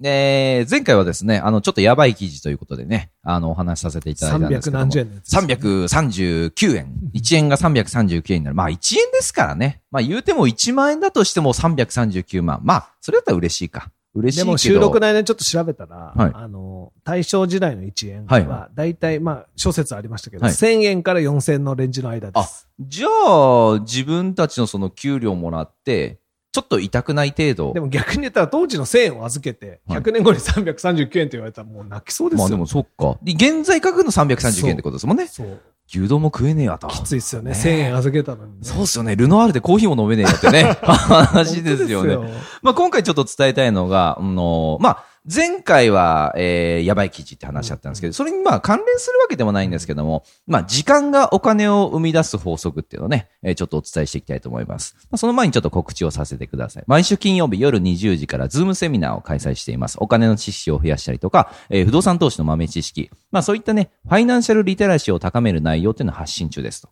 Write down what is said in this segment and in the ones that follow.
えー前回はですね、あの、ちょっとやばい記事ということでね、あの、お話しさせていただいたんですけども。 300何十円のやつ339円。1円が339円になる。まあ、1円ですからね。まあ、言うても1万円だとしても339万。まあ、それだったら嬉しいか。嬉しいでけど。も収録の間にちょっと調べたら、はいあの、大正時代の1円はいは、だいたい、まあ、諸説ありましたけど、はい1000円から4000円のレンジの間であす。、じゃあ、自分たちのその給料もらって、ちょっと痛くない程度。でも逆に言ったら当時の1000円を預けて、はい100年後に339円って言われたらもう泣きそうですまあよ。でもそっか。で現在価格の339円ってことですもんね。そう。牛丼も食えねえわと。きついですよね。ね1000円預けたのにね、そうっすよね。ルノアールでコーヒーも飲めねえよ ってね。話ですよね。本当ですよまあ、今回ちょっと伝えたいのが、あのまあ、前回は、えー、やばい記事って話だったんですけど、それにまあ関連するわけでもないんですけども、まあ、時間がお金を生み出す法則っていうのをね、えーちょっとお伝えしていきたいと思います。まあ、その前にちょっと告知をさせてください。毎週金曜日夜20時からズームセミナーを開催しています。お金の知識を増やしたりとか、えー不動産投資の豆知識、まあ、そういったね、ファイナンシャルリテラシーを高める内容っていうのを発信中ですと。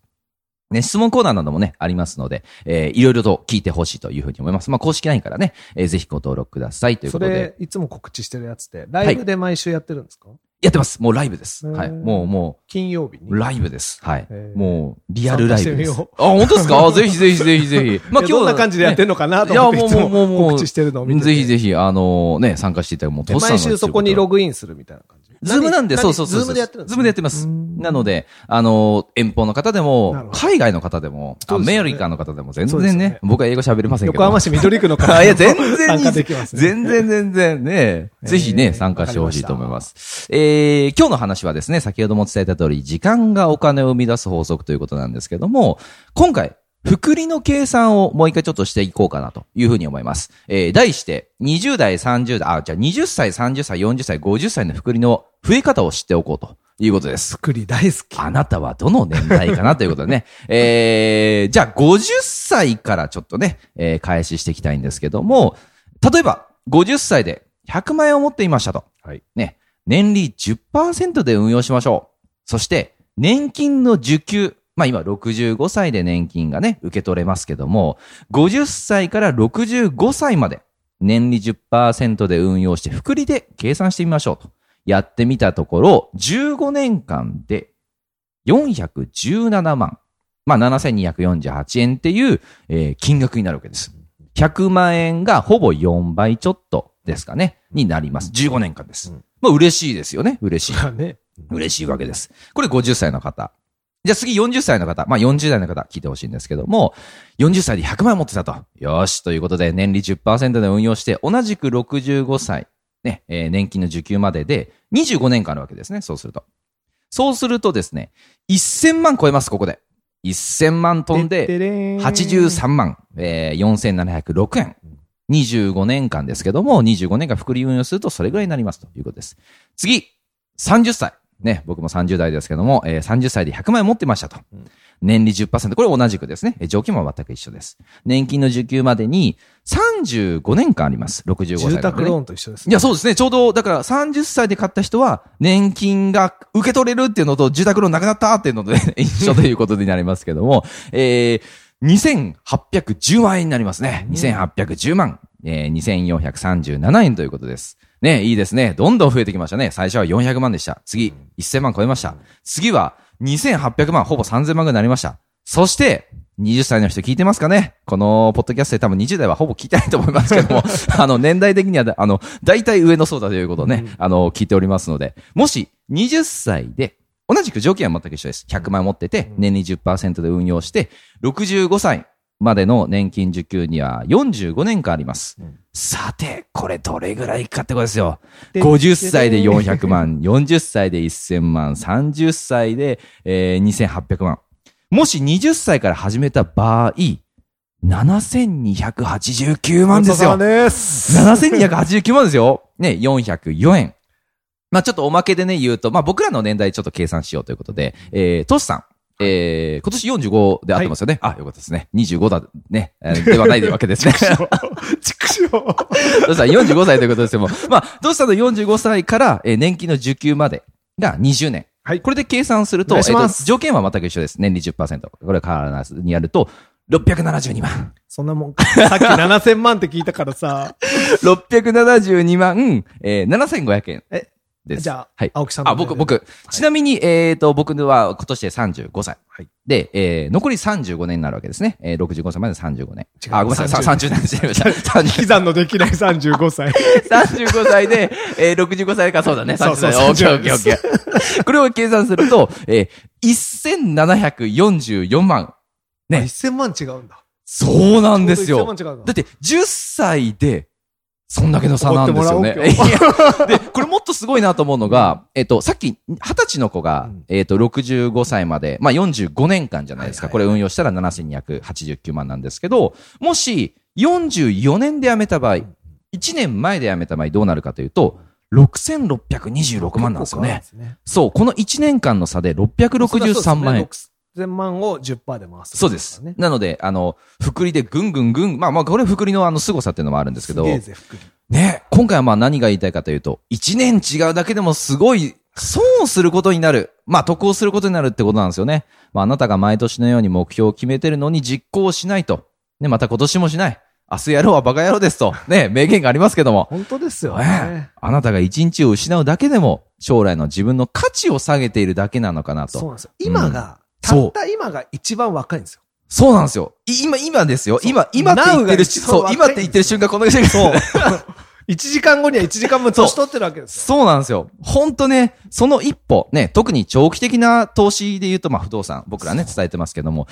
ね、質問コーナーなどもね、ありますので、えーいろいろと聞いてほしいというふうに思います。まあ、公式 LINE からね、えーぜひご登録くださいというこそとでれ、。いつも告知してるやつで、ライブで毎週やってるんですか、やってます。もうライブです。へーはい。もう、も金曜日に。う、ライブです。はいへ。ーもう、リアルライブです。参加してみよあ、本当です かぜひぜひぜひぜひ。まいやどんな感じでやってるるのかなと思って、ねいつもいやもうもうもうもう告知してるのを見ててぜひぜひ、あのね、参加していただくもう、でトシさんの毎週そこにログインするみたいな感じ。ズームなんで、何そうそうそうそう。ズームでやってるんズームでやってます。なので、あの、遠方の方でなるもほ、ど海外の方でも、そうアですよねメリカの方でも全そうです然よねね、僕は英語喋れませんけど。横浜市緑区の 方あいや、全然い参いで加ですきます、ね。全然全然ね、ぜひね、参加してほしいと思います。えー、今日の話はですね、先ほども伝えた通り、時間がお金を生み出す法則ということなんですけども、今回、福利の計算をもう一回ちょっとしていこうかなというふうに思います。えー、題して、20代、30代、あ、じゃあ20歳、30歳、40歳、50歳の福利の増え方を知っておこうということです。作り大好き。あなたはどの年代かなということで ね。えー、じゃあ50歳からちょっとね、えー開始していきたいんですけども、例えば50歳で100万円を持っていましたと。はいね、年利10%で運用しましょう。そして、年金の受給。まあ今65歳で年金がね、受け取れますけども、50歳から65歳まで年利10%で運用して、複利で計算してみましょうと。やってみたところ、15年間で417万、まあ、7248円っていう、えー金額になるわけです。100万円がほぼ4倍ちょっとですかね、になります。15年間ですうん。まあ、嬉しいですよね。嬉しい。だね。嬉しいわけです。これ50歳の方。じゃあ次40歳の方、まあ40代の方聞いてほしいんですけども、40歳で100万円持ってたと。よし、ということで年利10%で運用して、同じく65歳、ね、えー年金の受給までで25年間あるわけですね、そうすると。そうするとですね、1000万超えます、ここで。1000万飛んで、83万、えー、4706円。25年間ですけども、25年間福利運用するとそれぐらいになりますということです。次、30歳。ね、僕も30代ですけども、えー、30歳で100万円持ってましたと。年利10%。これ同じくですね。えー条件も全く一緒です。年金の受給までに35年間あります。65歳、住宅ローン。ンと一緒ですいね。や、そうですね。ちょうど、だから30歳で買った人は、年金が受け取れるっていうのと、住宅ローンなくなったっていうのと、ね、 一緒ということになりますけども、えー、2810万円になりますね。2810万、えー、2437円ということです。ね、いいですね。どんどん増えてきましたね。最初は400万でした。次、1000万超えました。次は、2800万、ほぼ3000万ぐらいになりました。そして、20歳の人聞いてますかねこの、ポッドキャストで多分20代はほぼ聞いてないと思いますけども、あの、年代的には、あの、大体上の層だということをね、あの、聞いておりますので、もし、20歳で、同じく条件は全く一緒です。100万持ってて、年利10%で運用して、65歳までの年金受給には45年間あります。さて、これどれぐらいいくかってことですよ。で50歳で400万、40歳で1000万、30歳で、えー、2800万。もし20歳から始めた場合、7289万ですよ。です。 7289万ですよ。ね、404円。まあちょっとおまけでね、言うと、まあ僕らの年代ちょっと計算しようということで、えー、トシさん。えー、今年45で合ってますよね。あ、よかったですね。25だ、ね。えーではないわけですね。畜生。トシさん45歳ということですけども、まあ、トシさんの45歳から、えー年金の受給までが20年。はいこれで計算すると、お願いしまえーと条件は全く一緒です。年利10%。これ変わらずにやると、672万。そんなもんか。さっき7000万って聞いたからさ。 672万、えー、7500円。えです。じゃあ、はい。青木さんのあ、僕、。僕。ちなみに、えっと、僕は今年で35歳。はいで、えー、残り35年になるわけですね。えー、65歳まで35年。違うあ、ごめんなさい。さ30年失礼しました。30悲惨のできない35歳。 35歳で、えー、65歳か、そうだね。そ30うそう歳。オッケーオ35ッケーオッケー。これを計算すると、えー、1744万。ね1000万違うんだ。そうなんです1000よ。万違うんだだって、10歳で、そんだけの差なんですよね。怒っても らいやで、これもっとすごいなと思うのが、えっと、さっき、20歳の子がうん、えっと、65歳まで、まあ、45年間じゃないですか。はいこれ運用したら7289万なんですけど、もし、44年で辞めた場合、1年前で辞めた場合どうなるかというと、6626万なんですよね。。そう、この1年間の差で663万円。 6000万を10%で回す。そうです。なので、あの、福利でぐんぐんぐん、まあまあ、これ福利のあの凄さっていうのもあるんですけど、げえぜ、福利ね、今回はまあ何が言いたいかというと、1年違うだけでもすごい損をすることになる。まあ得をすることになるってことなんですよね。まああなたが毎年のように目標を決めてるのに実行しないと。ね、また今年もしない。明日やろうはバカ野郎ですと。ね、 名言がありますけども。本当ですよねね。あなたが1日を失うだけでも、将来の自分の価値を下げているだけなのかなと。そうそなうんですよ。今が、そうたった今が一番若いんですよ。 なんですよ。い今、今ですよ。そう今、今って言ってるし、 Now がそう、今って言ってる瞬間この瞬間。そう。1時間後には1時間分年取ってるわけですよ。そうなんですよ。ほんとね、その一歩、ね、特に長期的な投資で言うと、まあ不動産、僕らね、伝えてますけども、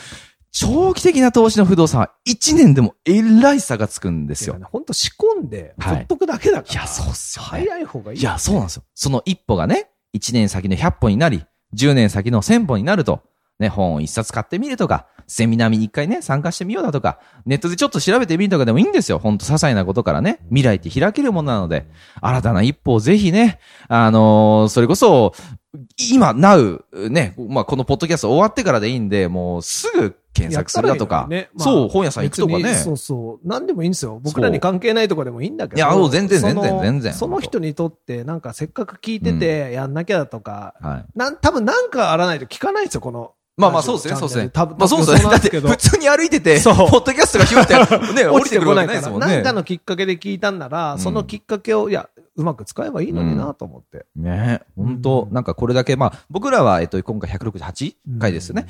長期的な投資の不動産は1年でもえらい差がつくんですよ。本当仕込んで、はいほっとくだけだから。いや、そうっすよ、ね。早い方がいい。いや、そうなんですよ。その一歩がね、1年先の100歩になり、10年先の1000歩になると、ね、本を1冊買ってみるとか、セミナーに1回ね、参加してみようだとか、ネットでちょっと調べてみるとかでもいいんですよ。ほんと、些細なことからね、未来って開けるものなので、新たな一歩をぜひね、あのーそれこそ、今、now、ね、まあ、このポッドキャスト終わってからでいいんで、もうすぐ検索するだとか、やったらいいよねまあそう、本屋さん行くとか別ねに。そうそう。何でもいいんですよ。僕らに関係ないとかでもいいんだけど。いやあの全然その全然全然その人にとって、なんかせっかく聞いてて、やんなきゃだとか、はい。なん、多分なんかあらないと聞かないんですよ、この。まあまあそうですね、そうですね。多分、まあそうですね。だなんっでてすけど普通に歩いてて、ポそうッドキャストがひょって、ね、降 落りてちてくるこわなけないいかですら、もんなんねか。のきっかけで聞いたんなら、んそのきっかけを、いや、うまく使えばいいのになと思って。ね本当なんかこれだけ、まあ僕らは、えっと、今回168回ですよね。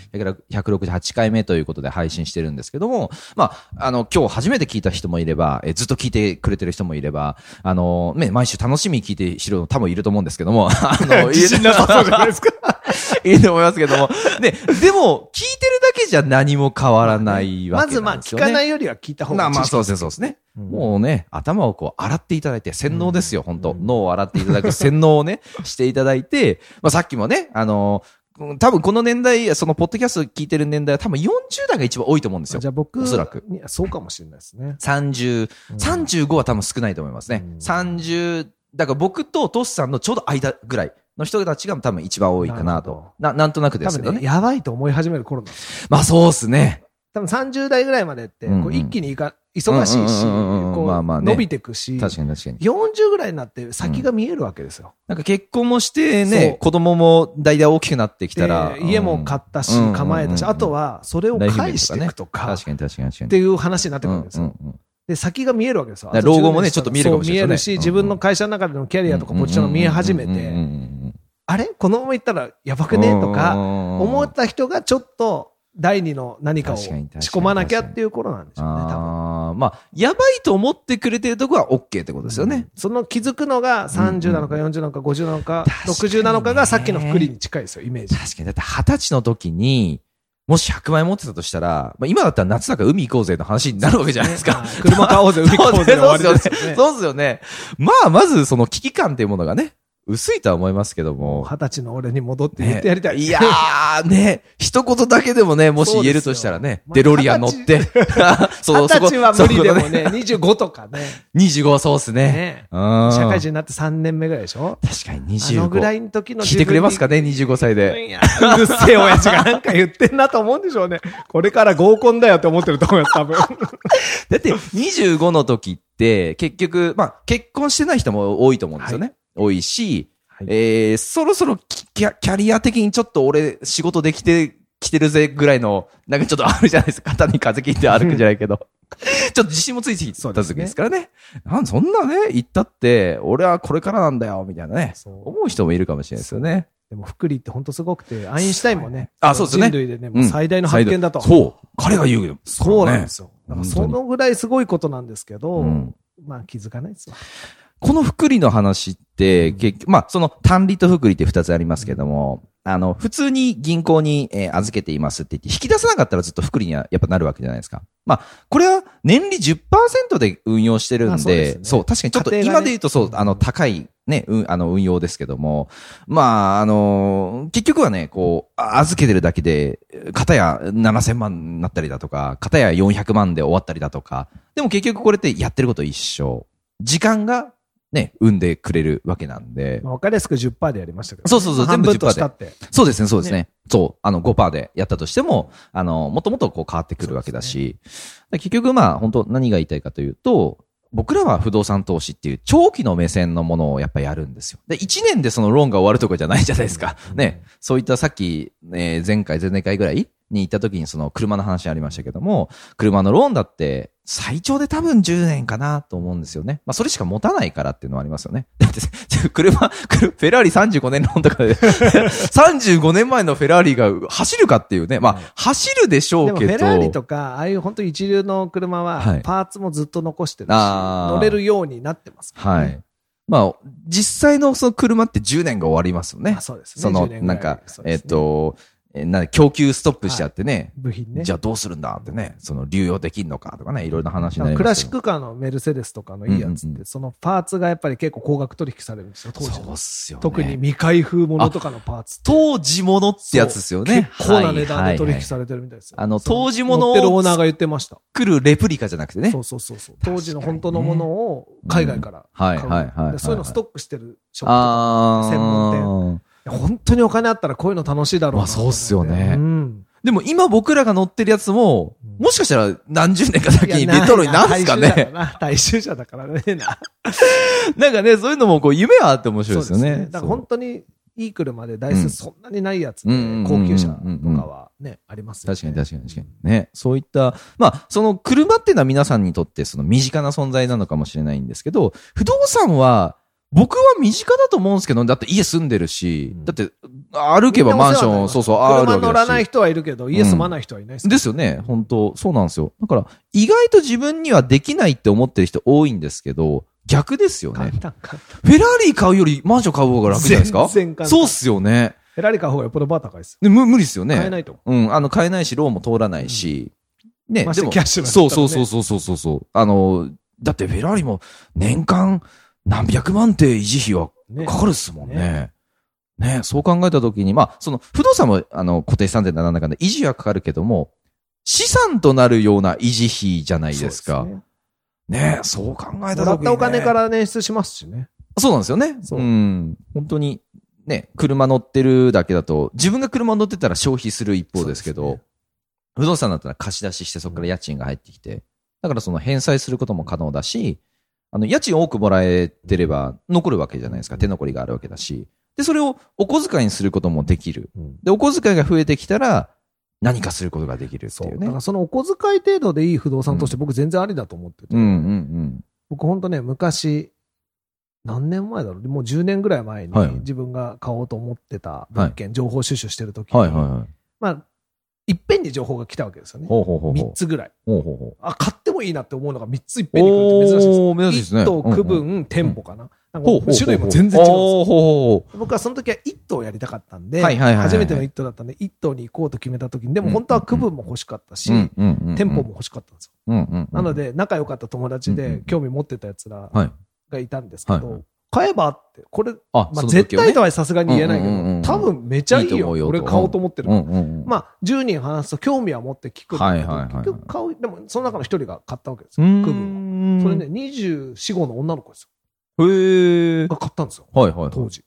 168回目ということで配信してるんですけども、まあ、あの、今日初めて聞いた人もいれば、えずっと聞いてくれてる人もいれば、あの、ね、毎週楽しみに聞いて知るの多分いると思うんですけども、 あ の、自信なさそうじゃないですか。 いいと思いますけども。ね、でも、聞いてるだけじゃ何も変わらないわまけずなまんあ、です聞よね。かないよりは聞いた方まがあいい。まあ、そうですね、そうですね。もうね、頭をこう、洗っていただいて、洗脳ですよ、本当脳を洗っていた だく、洗脳をね、していただいて、まあさっきもね、あのーうん多分この年代、その、ポッドキャスト聞いてる年代は多分40代が一番多いと思うんですよじゃ。あ僕おそらくにはそうかもしれないですね。 30、35は多分少ないと思いますねう。ん30、だから僕とトシさんのちょうど間ぐらいの人たちが多分一番多いかなと。ななんとなくで多すけ分どね、ね。やばいと思い始める頃なんですよまあそうですね。多分30代ぐらいまでって、こうんううん一気にいか、忙しいし、うんうんうんうんこまあまあうね伸びてくし、確かに確かに。 40ぐらいになって先が見えるわけですよ。なんか結婚もしてそねう、子供もだいたい大きくなってきたらで。家も買ったし、うん構えたし、うんうんうんあとはそれをライフイベン返トしとかてねいくとか、確かに確かに確かに。っていう話になってくるんですよ。うんうんうんで、先が見えるわけですよ。だからあと老後もね10年しちたらょっと見えるかもしれないそう見えでるすし、ね自分の会社の中でのキャリアとかポジションが見え始めうんうんうんて、うんあれこのままいったらやばくねとうんうか、んうん思った人がちょっと第二の何かを確仕かに確かに込まなきゃっていう頃なんでしょうね、多分。あーまあ、やばいと思ってくれてるとこは OK ってことですよね。その気づくのが30なのか40なのか50なのか60なのかがさっきの福利に近いですよ、イメージ。確かに。だって二十歳の時に、もし100万円持ってたとしたら、まあ、今だったら夏だから海行こうぜの話になるわけじゃないですか。ね車買おうぜ、海買おうぜ、終そわうりですよでねすよね。そうですよね。まあ、まずその危機感っていうものがね、薄いとは思いますけども。二十歳の俺に戻ってね言ってやりたい。いや ー、ね、一言だけでもね、もし言えるとしたらね、そうでデすよロリアン乗って、 二十歳は無理でもそこ ね、25とかね。 25、そうっすね。ねうん社会人になって3年目ぐらいでしょ確かにあのぐらい25。の時の聞いてくれますかね。ね、25歳で。いや うるせえ親父がなんか言ってんなと思うんでしょうね。これから合コンだよって思ってると思います、 多分。だって、25の時って、結局、まあ、結婚してない人も多いと思うんですよね。多いし、はいえー、そろそろキキャキャリア的にちょっと俺、仕事できて、きてるぜぐらいの、なんかちょっとあるじゃないですか。 肩に風切って歩くんじゃないけど。 ちょっと自信もついてきた時ですからね。なんそんなね、言ったって、俺はこれからなんだよ、みたいなね。そう思う人もいるかもしれないですよね。でも、福利って本当すごくて、アインシュタインもね、あそうですね人類でね、もう最大の発見だと。そう。彼が言うよ。そうなんですよ。だねからそのぐらいすごいことなんですけど、うんまあ気づかないですよ。この福利の話って、結局、まあ、その単利と福利って二つありますけども、あの、普通に銀行に、えー預けていますって言って、引き出さなかったらずっと福利にはやっぱなるわけじゃないですか。まあ、これは年利10%で運用してるんまあで、そうですねそう、確かにちょっと家庭が今ねで言うとそう、あの、高いね、うん、あの、運用ですけども、まあ、あのー結局はね、こう、あ預けてるだけで、片や7000万になったりだとか、片や400万で終わったりだとか、でも結局これってやってること一緒。時間がね、生んでくれるわけなんで。まあ、わかりやすく10%でやりましたけど、そうそうそうまあ半全分部としたって。そうですね、そうですね。そう、あの5%でやったとしても、あの、もっともっとこう変わってくるわけだし、だから結局まあ本当何が言いたいかというと、僕らは不動産投資っていう長期の目線のものをやっぱやるんですよ。で、1年でそのローンが終わるとかじゃないじゃないですか。ね、そういったさっき、えー前回、前々回ぐらいに行った時にその車の話ありましたけども、車のローンだって最長で多分10年かなと思うんですよね。まあそれしか持たないからっていうのはありますよね。 だって、車、車フェラーリ35年ローンとかで、35年前のフェラーリが走るかっていうね。まあ走るでしょでうもフけど。ェラーリとか、ああいう本当一流の車はいは、パーツもずっと残してるし、あー乗れるようになってますからはね。い。まあ、実際のその車って10年が終わりますよねあ。そうですね。その、 10年ぐならんいか、そうえでっすね、と、えなんだ供給ストップしちゃってね。部品ね。じゃあどうするんだってね。その流用できんのかとかね、いろいろな話になりますけどクラシックカーのメルセデスとかのいいやつうっんうんうんて、そのパーツがやっぱり結構高額取引されるんですよ、当時そうのっ。すよね。特に未開封ものとかのパーツって。当時ものってやつですよね。結構な値段で取はいはいは引いされてるみたいですよ。あのそ当時ものを持ってるオーナーが言ってました。来るレプリカじゃなくてねそ。うそうそうそう。当時の本当のものを海外からはい買はう。いはいはいはいでそういうのストックしてるショップああ。専門とか。本当にお金あったらこういうの楽しいだろうなと思まあそて。うっすよねうん。でも今僕らが乗ってるやつも、うんもしかしたら何十年か先にいやレトロになるんすか。大衆だね。らな大衆車だからね。 なんかね、そういうのもこう夢はあって面白いですよそうね。だから本当にいい車で台うん数そんなにないやつでうんうんうんうん高級車とかはね、ありますよね。確かに確かに確かに。ね。そういった、まあ、その車っていうのは皆さんにとってその身近な存在なのかもしれないんですけど、不動産は、僕は身近だと思うんですけど、だって家住んでるし、うんだって歩けばマンション、そうそう、ある車わけ乗らなだいし。人はいるけど、家住まない人はいないですですよね。本当そうなんですよ。だから、意外と自分にはできないって思ってる人多いんですけど、逆ですよ簡ね。単、簡単。フェラーリ買うよりマンション買う方が楽じゃないですか全然簡単そうっすよね。フェラーリ買う方がよっぽどバー高いですでむ無理っすよよ。ね。買えないと思う。うん、あの、買えないし、ローンも通らないし、ね、ましてでもキャッシュだったらそうねそうそうそうそうそうそう。あの、だってフェラーリも年間何百万って維持費はねかかるっすもんね。ねそう考えたときに、まあ、その、不動産も、あの、固定資産税ならなんだかんだ維持費はかかるけども、資産となるような維持費じゃないですそか。うねねそう考えたときもに、ね。らったお金から捻出しますしね。そうなんですよね。そううん。本当に、ね、車乗ってるだけだと、自分が車乗ってたら消費する一方ですけど、そうです不動産だったら貸し出しして、そこから家賃が入ってきて、だからその返済することも可能だし、あの、家賃多くもらえてれば残るわけじゃないですか。手残りがあるわけだし。で、それをお小遣いにすることもできる。で、お小遣いが増えてきたら、何かすることができるってそういうだねから。そのお小遣い程度でいい不動産として僕全然ありだと思っててうんう。ん僕ほんとね、昔、何年前だろうもう10年ぐらい前にはい自分が買おうと思ってた物件、情報収集してる時うん。にはいはいはい。まあ、いっぺんに情報が来たわけですよね。ほうほうほうほ3う。つぐらい。ほうほうほう。あ、買ってもいいなって思うのが3ついっぺんに来るって珍しいですよ。おー、珍しいですね。 1棟う区んうん分店舗かな。なんほうほうほかう種類も全然違うんですよおーほうほう僕はその時は1棟やりたかったんで、はいはいはいはい初めての1棟だったんで、1棟に行こうと決めた時に、でも本当は区分も欲しかったし、うんうんうんうん店舗も欲しかったんですよ。うんうんうんなので、仲良かった友達うんうんで興味持ってた奴らはいがいたんですけはいど、買えばって、これ、あまそあ、の絶時をね対とはさすがに言えないけど、うんうんうんうん多分めちゃいいよ。いいと思うよと俺買おうと思ってる。うんうんうん。まあ、10人話すと興味は持って聞くんだけどはいはいはいはい結局買う、でもその中の一人が買ったわけですうよ、ー区分を。ん。それね、24、5の女の子ですよ。へえ。が買ったんですよ、はいはいはい。当時。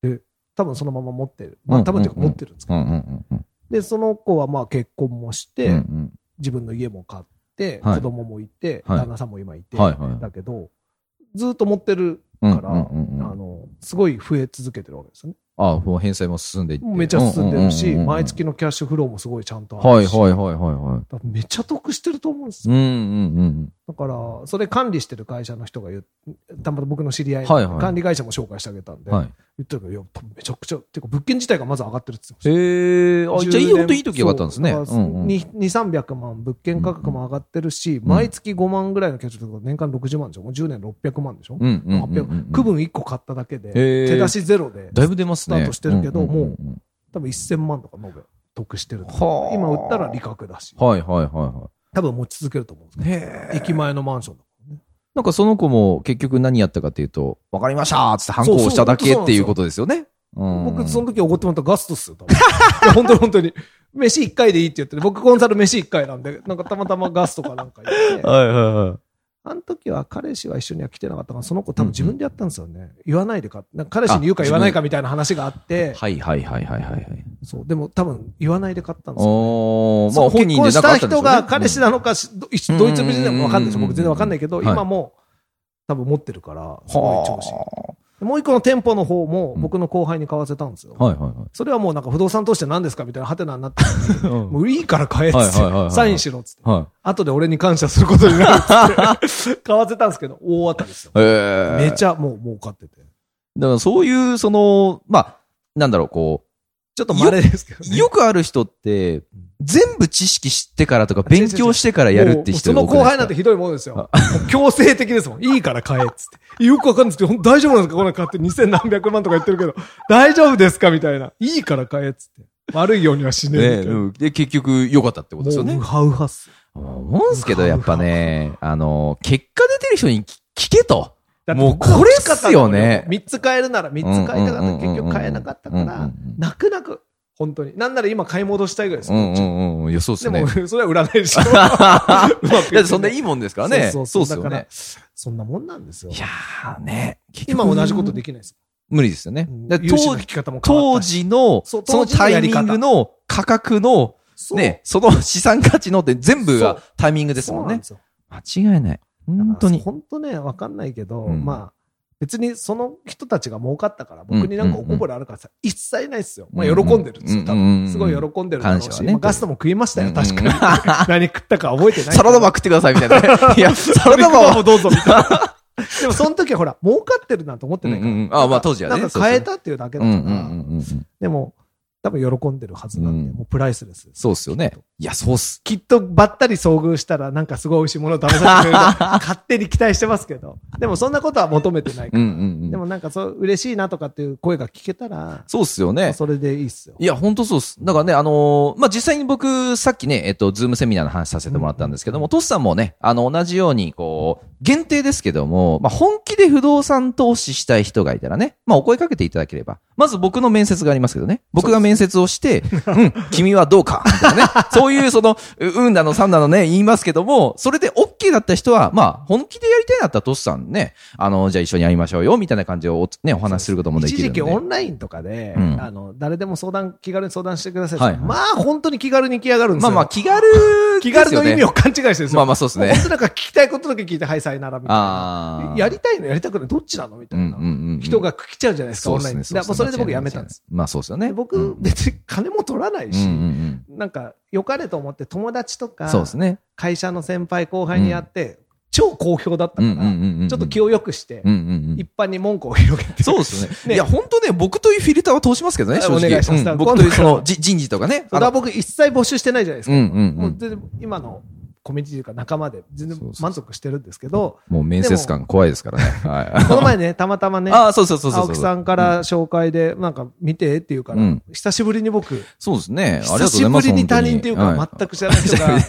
で、多分そのまま持ってる。まうんあ、うん多うん分っていうか持ってるんですけど。うんうんうんうん。で、その子はまあ結婚もして、うんうん自分の家も買って、はい子供もいて、はい旦那さんも今いて、はいはいだけど、ずっと持ってるうんからうんうんうんあの、すごい増え続けてるわけですよね。あ、もう返済も進んでいって。めちゃ進んでるううし、うう毎。月のキャッシュフローもすごいちゃんとあはるいし、はいはいはいはだからめちゃ得してると思うんですい。うよ。んうんうん。だから、それ管理してる会社の人が言う、たまたま僕の知り合い、はいはい管理会社も紹介してあげたんで、はい。言ってるけど、いや、めちゃくちゃ、っていうか物件自体がまず上がってるって言ってましたへえ。あ、じゃあいい、 10年本当いい時よかったんですね。そうだからに2、300万、物件価格も上がってるし、ん毎月5万ぐらいのキャッシュフロー年間60万でしょもう10年600万でしょ、うんうんうんうん800区分1個買っただけで、へー手出しゼロで、だいぶ出ますね。スタートしてるけどうんうんうんうん多分1000万とか延べ得してるとはあ今売ったら利確だし、はいはいはいは多分持ち続けると思うんですい。へけど、駅前のマンションだからね。なんかその子も結局何やったかっていうと、わかりましたーっつって反抗しただけっていうことですよね。僕、その、の時おごってもらったガストっすよ、多分 いや本当に本当に。飯1回でいいって言ってて、僕コンサル飯1回なんで、なんかたまたまガストかなんか行って、はいはいはい。あの時は彼氏は一緒には来てなかったから、その子多分自分でやったんですよね。言わないでか。なんか彼氏に言うか言わないかみたいな話があって、はいはいはいはいはいはい。そう、でも多分言わないで買ったんですよ。おー、そまのあ本人でなか結っ婚したたんでしょう人ねが彼氏なのかし、ど一ドイツ人なのか分かんないですうよ。んうんうんうん僕全然分かんないけど、はい今も多分持ってるから、すごい調子いいはもう一個の店舗の方もうん僕の後輩に買わせたんですよ。あはいはいはい。それはもうなんか不動産投資って何ですかみたいなハテナになって、もういいから買えっつはいはいはいはっいて、サインしろっつって、はい。後で俺に感謝することになるっ つって、買わせたんですけど、大当たりですよ。えーめちゃもう儲かってて。だからそういう、その、まあ、なんだろう、こちょっと稀ですけどう、ね。よくある人って、全部知識知ってからとか勉強してからやるって人もうその後輩なんて。てひどいものですよ。もう強制的ですもん。いいから買えっつって。よくわかんないですけど、ほんと大丈夫なんですかこんなの買って2000何百万とか言ってるけど、大丈夫ですかみたいな。いいから買えっつって。悪いようにはしねえね、みたいな。うんで、結局良かったってことですよもう、ねウ。ハウハっす。思うんすけど、やっぱね、あの、結果出てる人に聞聞けと。だってもう僕はこれっすよね3つ買えるなら3つ買いたかったうんうんうんうんうん結局買えなかったかうんうんうらん、泣く泣く。本当に。なんなら今買い戻したいぐらいです。うこんっうちんうんうん。いや、そうっすでよねも、。それは売らな いでしょ。うまくいってだってそんないいもんですからね。そうそっうそう。すだよからね。、そんなもんなんですよい。やーね。結局今同じことできないです。無理ですよね。だから融資の当引き方も変わ当ったし時の、そそう当の時のタやイりミ方ングの価格の、そうね、その資産価値のって全部がタイミングですそうもんなんねで。すよ。間違いない。本当に。本当ね、わかんないけど、うんまあ、別にその人たちが儲かったから、僕になんかおこぼれあるからさ、一切ないですよ。まあ、喜んでるんですよ、多うんうんうんう分。んすごい喜んでるだろう感し、謝はねまあガストも食いましたよ、うん確かに。 何食ったか覚えてないけど。サラダバー食ってくださいみたいなね。いや、サラダバーもは。どうぞ、みたいな。でも、その時はほら、儲かってるなんて思ってうんなういから。んうんあ、まあ当時はね。なんか変えそうたっていうだけっだすかねら、うんうんうんうん。でも、多分喜んでるはずなんで、うんもうプライスレスです。そうっすよね。いや、そうっす。きっとばったり遭遇したらなんかすごい美味しいものを食べさせてくれると 勝手に期待してますけど。でもそんなことは求めてないかうんら。うんでうん。もなんかそう、嬉しいなとかっていう声が聞けたら、そうっすよね。それでいいっすよ。いや、本当そうです。だからね、あのーまあ、実際に僕、さっきね、えっと、ズームセミナーの話させてもらったんですけども、トスさんもね、あの、同じように、こう、限定ですけども、まあ、本気で不動産投資したい人がいたらね、まあ、お声かけていただければ、まず僕の面接がありますけどね、僕が面接をして、 うん、君はどうか、みたいなね、そういう、その、ううんだの、さんだのね、言いますけども、それで OK だった人は、まあ、本気でやりたいんだったらトスさんね、あの、じゃあ一緒にやりましょうよ、みたいな感じをお、ね、お話しすることもでき一るの時で。期オンラインとかで、うんあの、誰でも相談、気軽に相談してくださいって、はいはいまあ本当に気軽に来やがるんですまあよ。まあ、気軽、気軽の意味をを勘違いしてるんですよ。まあまあそうですね 本当なんか聞きたいことだけ聞いて、はい、さよならみたいあな。あ。やりたいのやりたくないどっちなのみたいな。人が来ちゃうじゃないですか、オンライン。だからもうそれで僕やめたんです。。うんうんうんまあそうですよでね。僕、うん別に金も取らないし、うんうんなんか、良かれと思って友達とうかん、そうですね。会社の先輩後輩にやって、超好評だったから、ちょっと気を、を良くして、うんうんうん一般に文句を広げ て、そうですね。ねいや、本当ね、僕というフィルターは通しますけどね、正直。お願いしますうん僕というその、じ人事とかね。それは僕一切募集してないじゃないですうか。んうんう。もうん全然今のコミュニティというか仲間で全然そうそうそう満足してるんですけど、もう面接官怖いですからね。はい。この前ね、たまたまね、 ああ、そうそうそうそう。青木さんから紹介で、なんか見てっていうから、うん久しぶりに僕、そうですね。あり久がとうごしざいぶます。りに他人っていう本当にか、全く知らない人が、事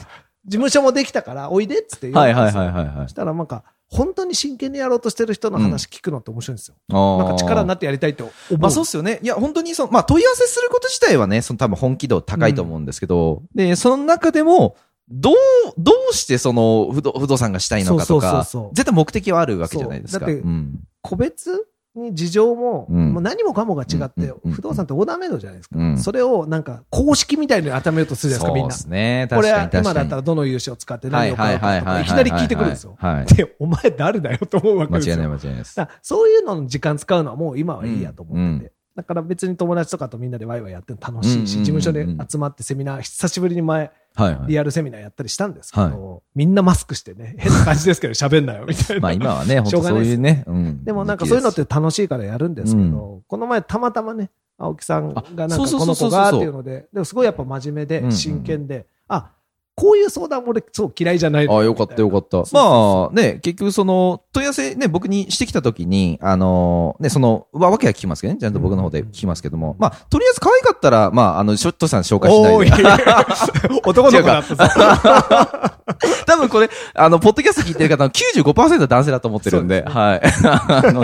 務所もできたから、おいでっつって言うはんいですよはいはいはいはいはいそし。たらなんか、本当に真剣にやろうとしてる人の話聞くのって面白いんですよ。ななんか力になってやりたいと思う。まあそうっすよね。いや、本当にその、まあ問い合わせすること自体はね、その多分本気度高いと思うんですけど、で、その中でも、どう、どうしてその不動、不動産がしたいのかとそうそかうそうそう、絶対目的はあるわけじゃないですか。そうだってん個別に事情も、うんもう何もかもが違って、うんうん不動産ってオーダーメイドじゃないですか。うんそれをなんか公式みたいに当めようとするじゃないでそうすか、みんなで。すね。こ確れかはに確かに。今だったらどの融資を使って何を買はうかいとはいはいはいはいか、いきなり聞いてくるんですよ。はいで、お前誰だよと思うわけ間です違いよ。ない間違いないです。だからそういうのの時間使うのはもう今はいいやと思ってうて。んうんだから別に友達とかとみんなでワイワイやってるの楽しいうし、んうん事うんうん務所で集まってセミナー、久しぶりに前、はいはい。リアルセミナーやったりしたんですけど、みんなマスクし てね、変な感じですけど喋んなよみたいな。まあ今はね、本しょ当うがそなういでいすうね。うんでもなんかそういうのって楽しいからやるんですけど、この前たまたまね、青木さんがなんかあそうそうそこうのそうそう子がっていうので、でもすごいやっぱ真面目うんうんで、真剣で、あ、こういう相談俺そう嫌いじゃないのああ、よかったよかったそう。そうまあね、結局その、問い合わせね、僕にしてきたときに、あのーね、その、わ、わけは聞きますけどね、ちゃんと僕の方で聞きますけども、まあ、とりあえず可愛かったら、まあ、あの、ショットさん紹介しないおーでい。 男の子だったさ。多分これ、あの、ポッドキャスト聞いてる方の95%は男性だと思ってるんで、そうですはい。 あの、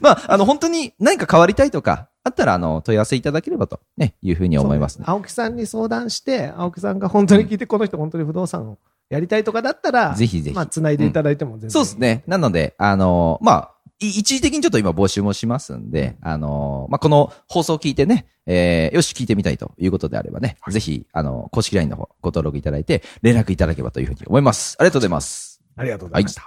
まあ、あの、本当に何か変わりたいとか、あったら、あの、問い合わせいただければと、ね、いうふうに思いますね。青木さんに相談して、青木さんが本当に聞いて、この人本当に不動産をやりたいとかだったら、ぜひぜひまあ、繋いでいただいても全然、そうです。ね。なので、あのーまあ、い一時的にちょっと今募集もしますんで、あのーまあ、この放送を聞いてね、えー、よし、聞いてみたいということであればね、ぜひ、あのー公式 LINE の方、ご登録いただいて、連絡いただければというふうに思います。ありがとうございます。ありがとうございました。